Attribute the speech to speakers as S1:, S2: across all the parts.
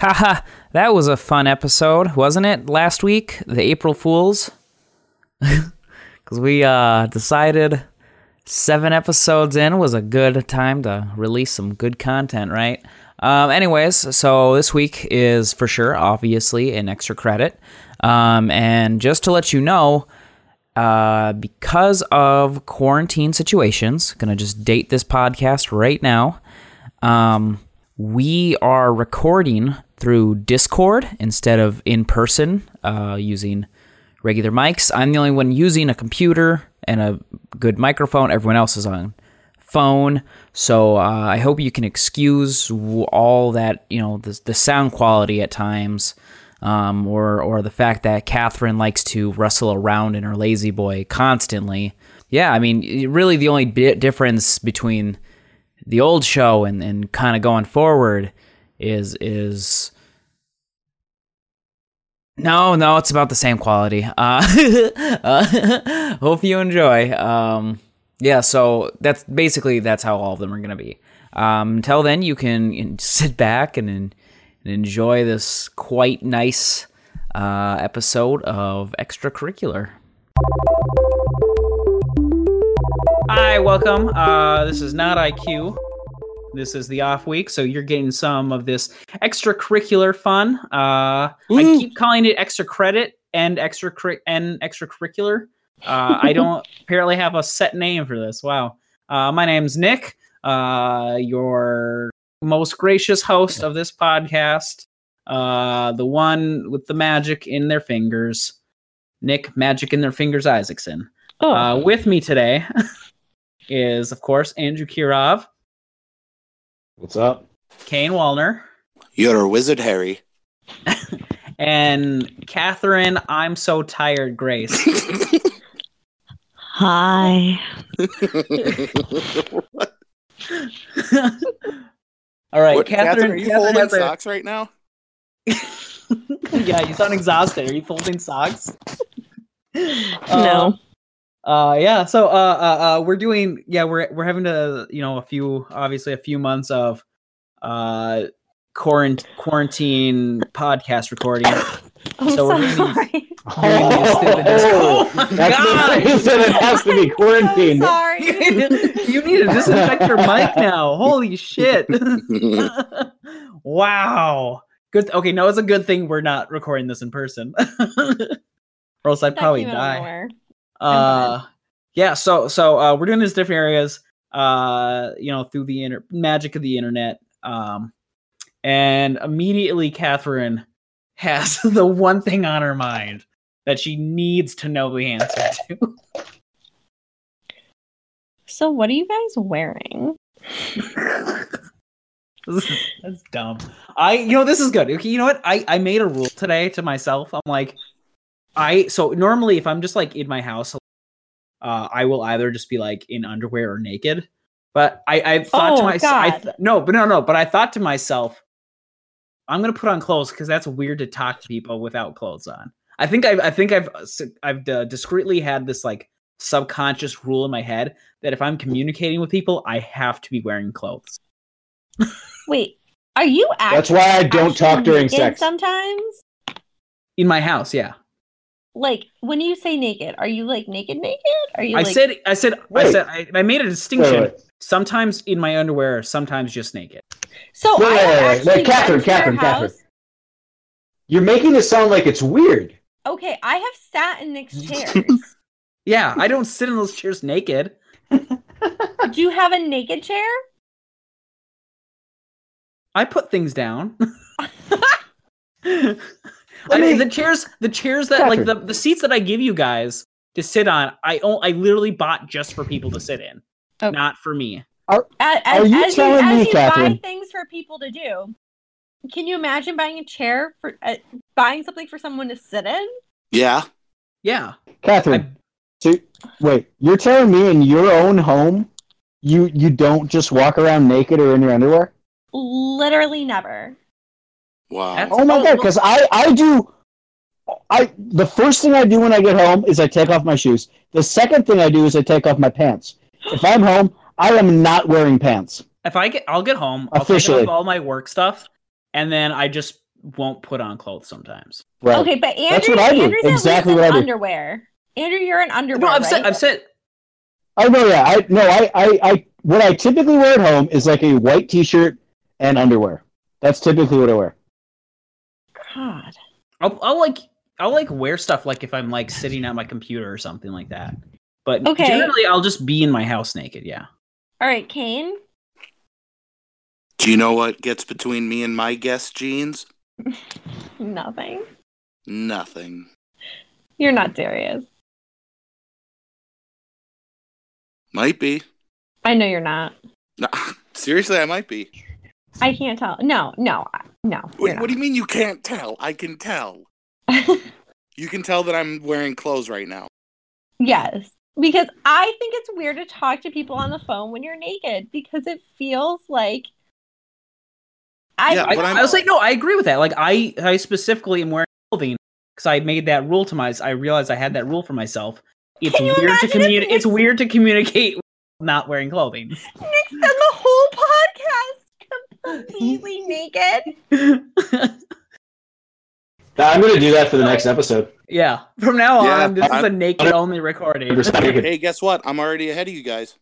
S1: Haha, that was a fun episode, wasn't it? Last week, the April Fools. Because we uh, decided seven episodes in was a good time to release some good content, right? Um, anyways, so this week is for sure, obviously, an extra credit. Um, and just to let you know, uh, because of quarantine situations, gonna just date this podcast right now. Um, we are recording through Discord instead of in person uh, using regular mics. I'm the only one using a computer and a good microphone. Everyone else is on phone. So uh, I hope you can excuse w- all that you know the, the sound quality at times, um, or or the fact that Catherine likes to wrestle around in her lazy boy constantly. Yeah, I mean, y- really, the only bit difference between the old show and, and kind of going forward is is no no it's about the same quality uh hope you enjoy um yeah so that's basically that's how all of them are gonna be um until then you can sit back and, and enjoy this quite nice uh episode of extracurricular Hi, welcome. Uh, this is not IQ. This is the off week, so you're getting some of this extracurricular fun. Uh, I keep calling it extra credit and extra cri- and extracurricular. Uh, I don't apparently have a set name for this. Wow. Uh, my name's Nick. Uh, your most gracious host of this podcast. Uh, the one with the magic in their fingers, Nick Magic in their fingers Isaacson.
S2: Oh,
S1: Uh, with me today is, of course, Andrew Kirov,
S3: What's up?
S1: Kane Wallner,
S4: You're a wizard, Harry.
S1: and Catherine. I'm so tired, Grace.
S2: hi.
S1: All right,
S4: What-
S1: Catherine.
S4: are you
S1: Catherine
S4: folding
S1: has a-
S4: socks right now?
S1: yeah, you sound exhausted. Are you folding socks? Uh,
S2: no.
S1: Uh, yeah. So, uh, uh, uh, we're doing. Yeah, we're we're having to, you know, a few, obviously, a few months of, uh, quarant- quarantine podcast recording.
S2: I'm
S1: so we're
S2: sorry.
S1: Oh. gonna Doing this through the
S4: Oh,
S1: Discord.
S3: Oh. That's
S1: God!
S3: the reason it has to be
S2: I'm
S3: quarantined.
S2: sorry.
S1: you need to disinfect your mic now. Holy shit. wow. Good. Okay, no, it's a good thing we're not recording this in person. or else I'd probably die. Uh, yeah, so so uh, we're doing this different areas uh, you know, through the inter- magic of the internet. Um, and immediately Catherine has the one thing on her mind that she needs to know the answer to.
S2: So, what are you guys wearing?
S1: That's dumb. I you know this is good. Okay, you know what? I I made a rule today to myself. I'm like I so normally if I'm just like in my house uh I will either just be like in underwear or naked. But I I thought to
S2: Oh,
S1: myself
S2: God.
S1: no, but no no, but I thought to myself I'm going to put on clothes cuz that's weird to talk to people without clothes on. I think I have I think I've uh, s- I've uh, discreetly had this like subconscious rule in my head that if I'm communicating with people, I have to be wearing clothes.
S2: Wait, are you actually?
S3: That's why I don't talk during sex.
S2: Sometimes,
S1: In my house, yeah.
S2: like when you say naked, are you like naked, naked? Are you?
S1: I
S2: like,
S1: said, I said, I
S3: Wait.
S1: said, I, I made a
S3: Wait,
S1: distinction.
S3: wait, wait,
S1: Sometimes in my underwear, sometimes just naked.
S2: So
S3: wait,
S2: I
S3: wait, wait,
S2: have
S3: wait,
S2: actually
S3: Catherine,
S2: gone to your
S3: Catherine, Catherine.
S2: house-
S3: You're making this sound like it's weird.
S2: Okay, I have sat in Nick's chairs.
S1: Yeah, I don't sit in those chairs naked.
S2: Do you have a naked chair?
S1: I put things down. I,
S3: Let me-
S1: the chairs, the chairs that like the, the seats that I give you guys to sit on, I o- I literally bought just for people to sit in,
S2: Oh.
S1: not for me.
S2: A- As,
S3: Are you
S2: as
S3: telling
S2: as
S3: me,
S2: you buy
S3: Catherine?
S2: things for people to do, can you imagine buying a chair for uh, buying something for someone to sit in?
S4: yeah.
S1: Yeah,
S3: Catherine, so, wait, you're telling me in your own home you you don't just walk around naked or in your underwear?
S2: Literally never.
S4: Wow.
S1: That's-
S3: Oh my
S1: Oh,
S3: god,
S1: well-
S3: because I, I do I the first thing I do when I get home is I take off my shoes. The second thing I do is I take off my pants. If I'm home, I am not wearing pants.
S1: if I get, I'll get home. I'll take
S3: Officially.
S1: off all my work stuff, and then I just won't put on clothes sometimes.
S3: Right.
S2: Okay, but Andrew,
S3: That's what I do.
S2: Andrew's
S3: Exactly
S2: at least
S3: what I
S2: in
S3: do.
S2: underwear. Andrew, you're in underwear.
S1: No, I've
S2: right?
S1: said I've said
S3: I know. Yeah. I no. I, I I what I typically wear at home is like a white T-shirt and underwear. That's typically what I wear.
S2: God.
S1: I'll, I'll like I'll like wear stuff like if I'm like sitting at my computer or something like that. But
S2: Okay.
S1: generally, I'll just be in my house naked. Yeah.
S2: All right, Kane.
S4: Do you know what gets between me and my guest jeans?
S2: Nothing.
S4: Nothing.
S2: You're not serious.
S4: Might be.
S2: I know you're not.
S4: No, seriously, I might be.
S2: I can't tell. No, no, I- no.
S4: Wait, what do you mean you can't tell? I can tell.
S2: you?
S4: You can tell that I'm wearing clothes right now.
S2: yes, because I think it's weird to talk to people on the phone when you're naked because it feels like I.
S4: Yeah,
S1: I,
S4: What I'm-
S1: I was like, no, I agree with that. Like, I I specifically am wearing clothing because I made that rule to my. I realized I had that rule for myself. It's
S2: Can you
S1: weird to
S2: imagine if
S1: communicate.
S2: Nick-
S1: It's weird to communicate while not wearing clothing.
S2: Nick's done the whole podcast completely naked.
S3: I'm gonna do that for the next episode.
S1: yeah. From now on,
S4: Yeah,
S1: this is
S4: I-
S1: a naked only recording.
S4: hey, guess what? I'm already ahead of you guys.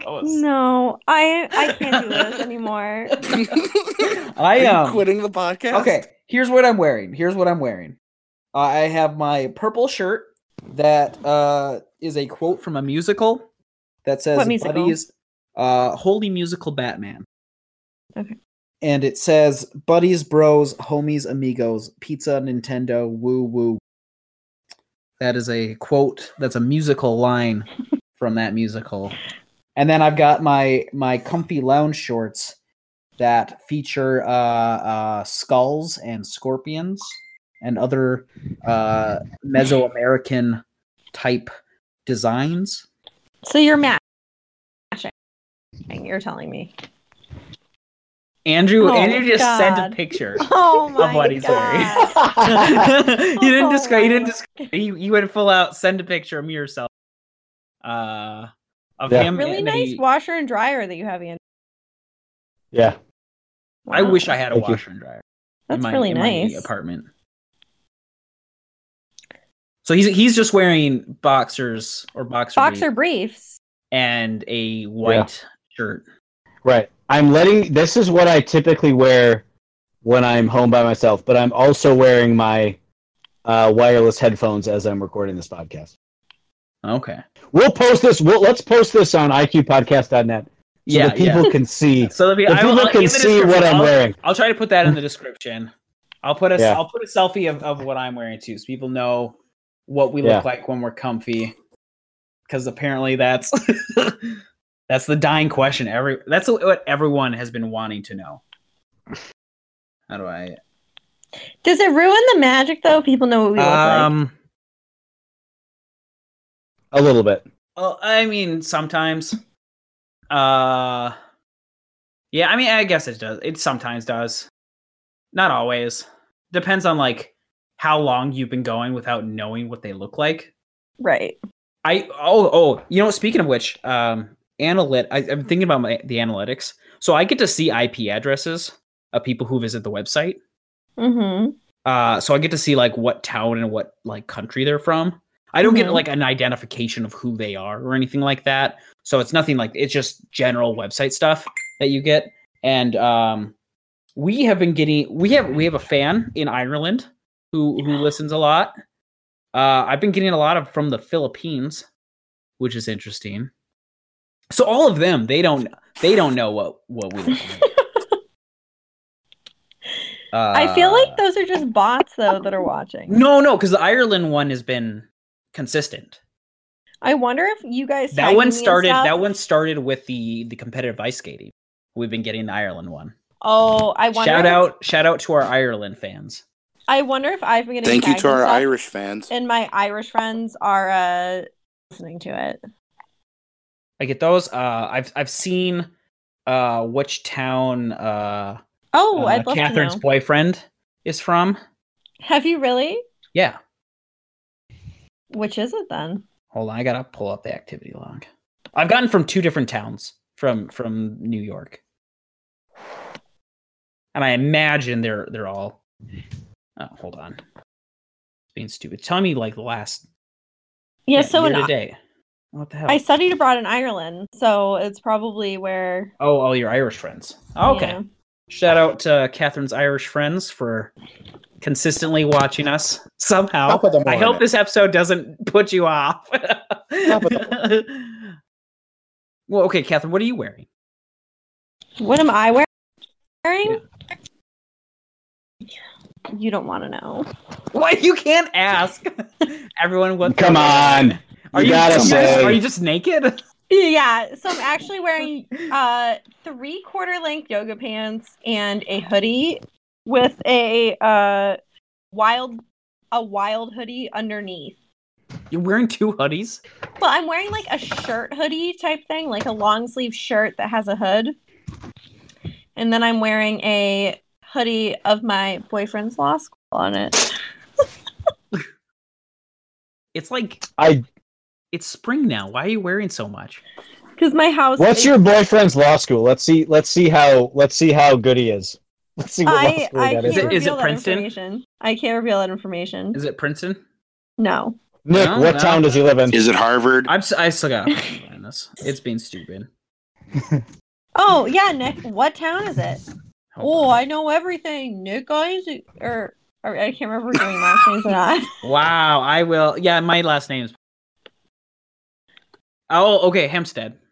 S1: Gross.
S2: No, I I can't do this anymore.
S1: I
S4: Are you
S1: am.
S4: quitting the podcast.
S1: um, Okay, here's what I'm wearing. Here's what I'm wearing. Uh, I have my purple shirt that uh, is a quote from a musical that says
S2: What musical?
S1: Buddy's uh, Holy Musical Batman.
S2: Okay.
S1: And it says Buddies, Bros, Homies, Amigos, Pizza, Nintendo, Woo Woo. That is a quote. That's a musical line from that musical. And then I've got my my comfy lounge shorts that feature uh, uh, skulls and scorpions and other uh, Mesoamerican type designs.
S2: So you're matching. You're telling me.
S1: Andrew,
S2: Oh,
S1: Andrew just sent
S2: God.
S1: a picture.
S2: Oh my
S1: Of what he's wearing.
S2: god.
S1: you didn't
S2: Oh,
S1: describe. You didn't
S2: my-
S1: describe. You, you went full out. Send a picture of yourself. Uh, of
S3: Yeah.
S1: him.
S2: Really
S1: and
S2: nice
S1: he-
S2: washer and dryer that you have, Ian.
S3: Yeah.
S1: I wish I had a
S3: Thank you.
S1: washer and dryer.
S2: That's
S1: in my,
S2: really
S1: in my
S2: nice.
S1: apartment. So he's he's just wearing boxers or boxer briefs.
S2: Boxer briefs.
S1: and a white shirt.
S3: Right. I'm letting. This is what I typically wear when I'm home by myself, but I'm also wearing my uh, wireless headphones as I'm recording this podcast.
S1: Okay.
S3: We'll post this. We'll, let's post this on IQPodcast.net so
S1: yeah,
S3: that people can see.
S1: yeah. So that'd be,
S3: The
S1: I will,
S3: people
S1: I'll- in
S3: can
S1: the
S3: see what
S1: description,
S3: I'm
S1: I'll-
S3: wearing.
S1: I'll try to put that in the description. I'll put a
S3: Yeah.
S1: will put a selfie of, of what I'm wearing too, so people know what we
S3: Yeah.
S1: look like when we're comfy. Because apparently that's that's the dying question. Every that's what everyone has been wanting to know. How do I?
S2: Does it ruin the magic though? if People know what we look like.
S1: Um.
S3: A little bit.
S1: Well, I mean, sometimes. Uh Yeah, I mean, I guess it does. It sometimes does. Not always. Depends on like how long you've been going without knowing what they look like.
S2: Right.
S1: I oh oh, you know, speaking of which, um analyt I, I'm thinking about my the analytics. So I get to see IP addresses of people who visit the website.
S2: Mm-hmm.
S1: Uh, so I get to see like what town and what like country they're from. I don't get
S2: Mhm.
S1: like an identification of who they are or anything like that. So it's nothing like it's just general website stuff that you get. And um, we have been getting we have we have a fan in Ireland who who listens a lot. Uh, I've been getting a lot of from the Philippines, which is interesting. So all of them they don't they don't know what what we. Look like.
S2: I feel
S1: Uh,
S2: like those are just bots though that are watching.
S1: no, no, because the Ireland one has been consistent.
S2: I wonder if you guys
S1: That
S2: tagging me
S1: one
S2: and
S1: started.
S2: stuff-
S1: That one started with the the competitive ice skating. We've been getting the Ireland one.
S2: Oh, I wonder.
S1: Shout
S2: if-
S1: out! Shout out to our Ireland fans.
S2: I wonder if I've been.
S4: Thank you to our Irish fans.
S2: And my Irish friends are uh listening to it.
S1: I get those. Uh, I've I've seen uh, which town uh,
S2: Oh,
S1: uh,
S2: I'd love
S1: Catherine's
S2: to know.
S1: boyfriend is from.
S2: Have you really?
S1: Yeah.
S2: Which is it then?
S1: Hold on, I gotta pull up the activity log. I've gotten from two different towns from from New York. and I imagine they're they're all. Oh, hold on, being stupid. Tell me like the last.
S2: Yeah, so in,
S1: today. What the hell?
S2: I studied abroad in Ireland, so it's probably where.
S1: oh, all your Irish friends. Okay.
S2: yeah.
S1: Shout out to Catherine's Irish friends for consistently watching us somehow.
S5: I'll put them
S1: I
S5: on
S1: hope
S5: it.
S1: this episode doesn't put you off.
S5: put
S1: well, okay, Catherine, what are you wearing?
S2: What am I wear- wearing? You don't want to know.
S1: What you can't ask everyone what. they're
S3: Come
S1: wearing.
S3: on.
S1: Are
S3: You
S1: you,
S3: gotta
S1: just,
S3: say.
S1: are you just naked?
S2: Yeah, so I'm actually wearing uh three quarter length yoga pants and a hoodie with a uh wild a wild hoodie underneath.
S1: You're wearing two hoodies.
S2: Well, I'm wearing like a shirt hoodie type thing, like a long sleeve shirt that has a hood. And then I'm wearing a hoodie of my boyfriend's law school on it.
S1: It's like
S3: I.
S1: it's spring now. Why are you wearing so much?
S2: Because my house
S3: What's
S2: is-
S3: your boyfriend's law school? Let's see. Let's see how. Let's see how good he is. Let's see what law
S2: I,
S3: school
S2: I
S3: that
S2: can't
S3: is.
S1: Is it-
S2: reveal
S1: is it
S2: that
S1: Princeton?
S2: information. I can't reveal that information.
S1: Is it Princeton?
S2: No.
S3: Nick,
S1: No,
S3: what
S1: no.
S3: town does he live in?
S4: Is it Harvard?
S1: I'm. s- I still got. this. It's being stupid.
S2: Oh yeah, Nick. What town is it?
S1: Hold
S2: Oh,
S1: on.
S2: I know everything. Nick Isaac, or, or I can't remember if we're doing last names or not.
S1: Wow, I will. Yeah, my last name's. Oh, okay, Hempstead.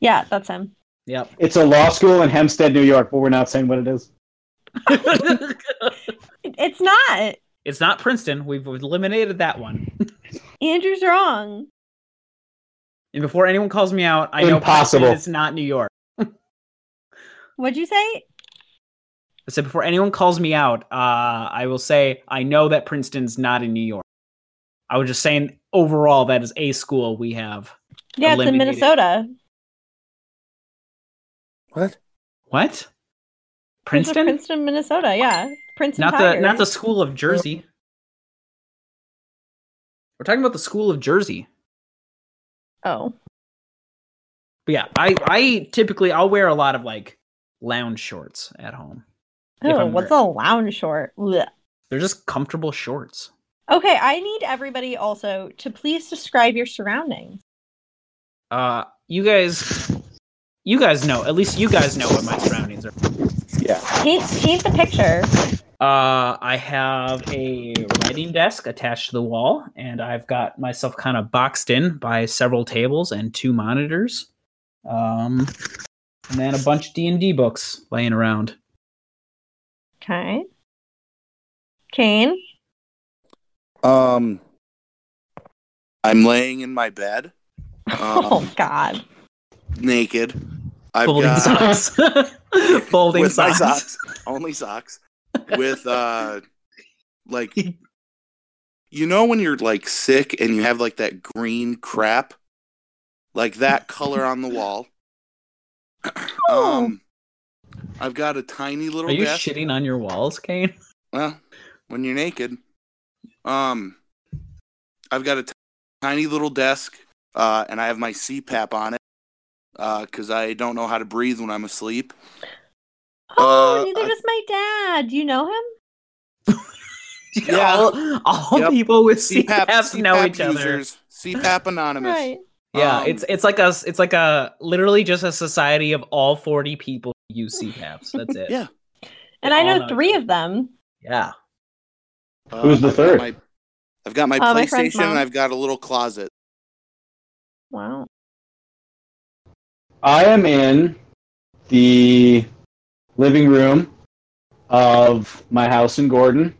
S2: Yeah, that's him.
S1: Yep.
S3: It's a law school in Hempstead, New York, but we're not saying what it is.
S2: It- It's not.
S1: it's not Princeton. We've eliminated that one.
S2: Andrew's wrong.
S1: And before anyone calls me out, I know
S3: Impossible.
S1: Princeton is not New York.
S2: What'd you say?
S1: I said before anyone calls me out, uh, I will say I know that Princeton's not in New York. I was just saying overall that is a school we have.
S2: Yeah, it's in
S1: Eliminated.
S2: Minnesota.
S5: What?
S1: What?
S2: It's in
S1: Princeton?
S2: Princeton, Minnesota. Yeah, Princeton.
S1: Not the
S2: Tigers.
S1: not the school of Jersey. We're talking about the school of Jersey.
S2: Oh,
S1: But yeah, I I typically I'll wear a lot of like lounge shorts at home. If
S2: oh
S1: I'm
S2: what's
S1: wearing-
S2: a lounge short? Blech.
S1: They're just comfortable shorts.
S2: Okay, I need everybody also to please describe your surroundings.
S1: Uh, you guys, you guys know at least you guys know what my surroundings are.
S2: Paint paint the picture.
S1: Uh, I have a writing desk attached to the wall, and I've got myself kind of boxed in by several tables and two monitors, um, and then a bunch of D and D books laying around.
S2: Okay. Kane.
S4: Um, I'm laying in my bed, um,
S2: oh God.
S4: naked. I've
S1: folding
S4: got
S1: socks. folding
S4: with
S1: socks.
S4: my socks, only socks, with uh, like, you know when you're like sick and you have like that green crap, like that color on the wall.
S1: Oh.
S4: Um, I've got a tiny little.
S1: Are you
S4: desk.
S1: shitting on your walls, Kane?
S4: Well, when you're naked, um, I've got a t- tiny little desk, uh, and I have my CPAP on it, because I don't know how to breathe when I'm asleep.
S2: Oh,
S4: Uh,
S2: neither
S4: I-
S2: does my dad. Do you know him?
S4: Yeah.
S1: all, all
S4: Yep.
S1: people with CPAPs know each other.
S4: CPAP anonymous.
S1: Yeah,
S4: Um,
S1: it's it's like a it's like a literally just a society of all forty people who use CPAPs. That's it.
S4: Yeah.
S2: And I
S1: All
S2: know
S1: know
S2: three
S1: each
S2: of them.
S1: Yeah.
S4: Uh,
S3: Who's the
S4: I've got
S3: third?
S4: my- I've got my
S2: Uh, my friend's
S4: PlayStation and
S2: mom.
S4: I've got a little closet.
S2: Wow.
S3: I am in the living room of my house in Gordon.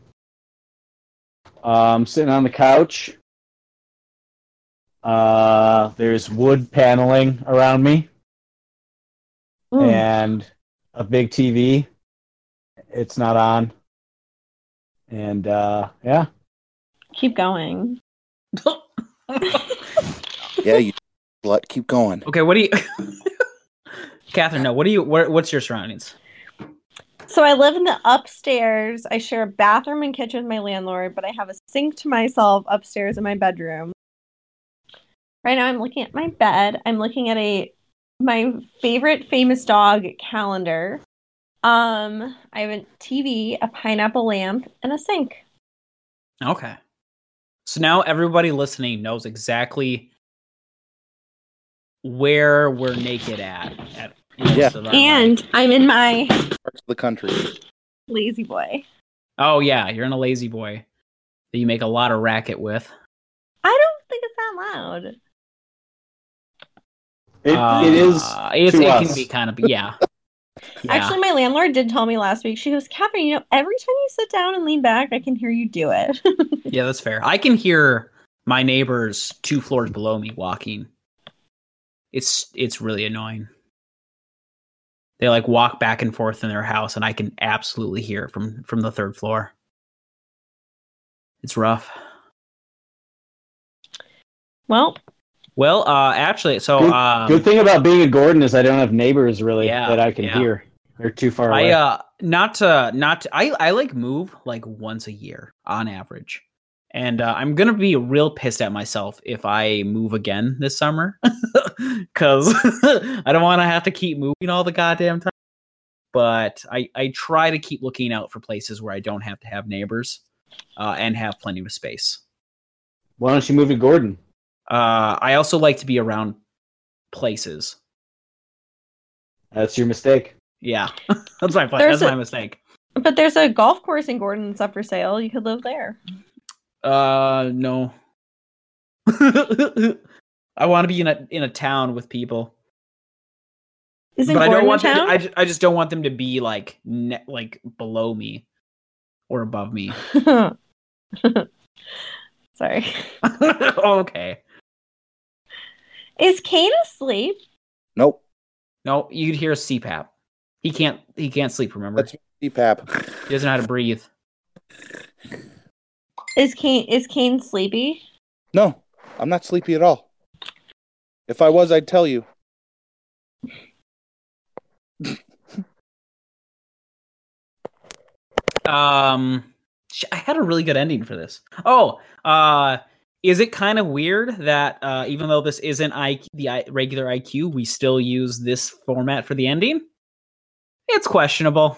S3: Um, sitting on the couch. Uh, there's wood paneling around me
S1: Hmm.
S2: Mm.
S3: and a big TV. It's not on. And uh, yeah,
S2: Keep going.
S4: Yeah, you let keep going.
S1: okay. What do you, Catherine? No. What do you? Where, what's your surroundings?
S2: So I live in the upstairs. I share a bathroom and kitchen with my landlord, but I have a sink to myself upstairs in my bedroom. Right now I'm looking at my bed. I'm looking at a my favorite famous dog calendar. Um, I have a TV, a pineapple lamp, and a sink.
S1: Okay. So now everybody listening knows exactly where we're naked at. at most
S4: Yeah.
S1: of our life.
S2: And I'm in my
S4: Parts of the country.
S2: lazy boy.
S1: oh yeah, you're in a lazy boy that you make a lot of racket with.
S2: I don't think it's that loud.
S3: It,
S1: Uh,
S3: it is.
S1: It's,
S3: to
S1: it
S3: us.
S1: can be kind of yeah. yeah.
S2: Actually, my landlord did tell me last week. She goes, Catherine, you know, every time you sit down and lean back, I can hear you do it.
S1: yeah, that's fair. I can hear my neighbors two floors below me walking. It's it's really annoying. They like walk back and forth in their house, and I can absolutely hear it from from the third floor. It's rough.
S2: well,
S1: Well, uh, actually, so um,
S3: Good thing about being a Gordon is I don't have neighbors really
S1: Yeah,
S3: that I can
S1: yeah.
S3: hear. They're too far
S1: I
S3: away.
S1: uh not to not to, I I like move like once a year on average. And uh, I'm going to be real pissed at myself if I move again this summer cuz I don't want to have to keep moving all the goddamn time. But I I try to keep looking out for places where I don't have to have neighbors uh, and have plenty of space.
S3: Why don't you move to Gordon?
S1: Uh, I also like to be around places.
S3: That's your mistake.
S1: Yeah. that's my plan.
S2: There's
S1: That's my
S2: a-
S1: mistake.
S2: but there's a golf course in Gordon that's up for sale. You could live there.
S1: Uh, no. I want to be in a in a town with people,
S2: Isn't
S1: but I
S2: Gordon
S1: don't
S2: a
S1: want them. To,
S2: town?
S1: I ju- I just don't want them to be like ne- like below me or above me.
S2: Sorry.
S1: okay.
S2: Is Kane asleep?
S4: Nope.
S1: No, you'd hear CPAP. He can't. He can't sleep. Remember,
S4: That's- CPAP.
S1: he doesn't know how to breathe.
S2: Is Kane is Kane sleepy?
S4: No, I'm not sleepy at all. If I was, I'd tell you.
S1: Um, sh- I had a really good ending for this. Oh, uh, is it kind of weird that uh, even though this isn't I- the I- regular IQ, we still use this format for the ending? It's questionable.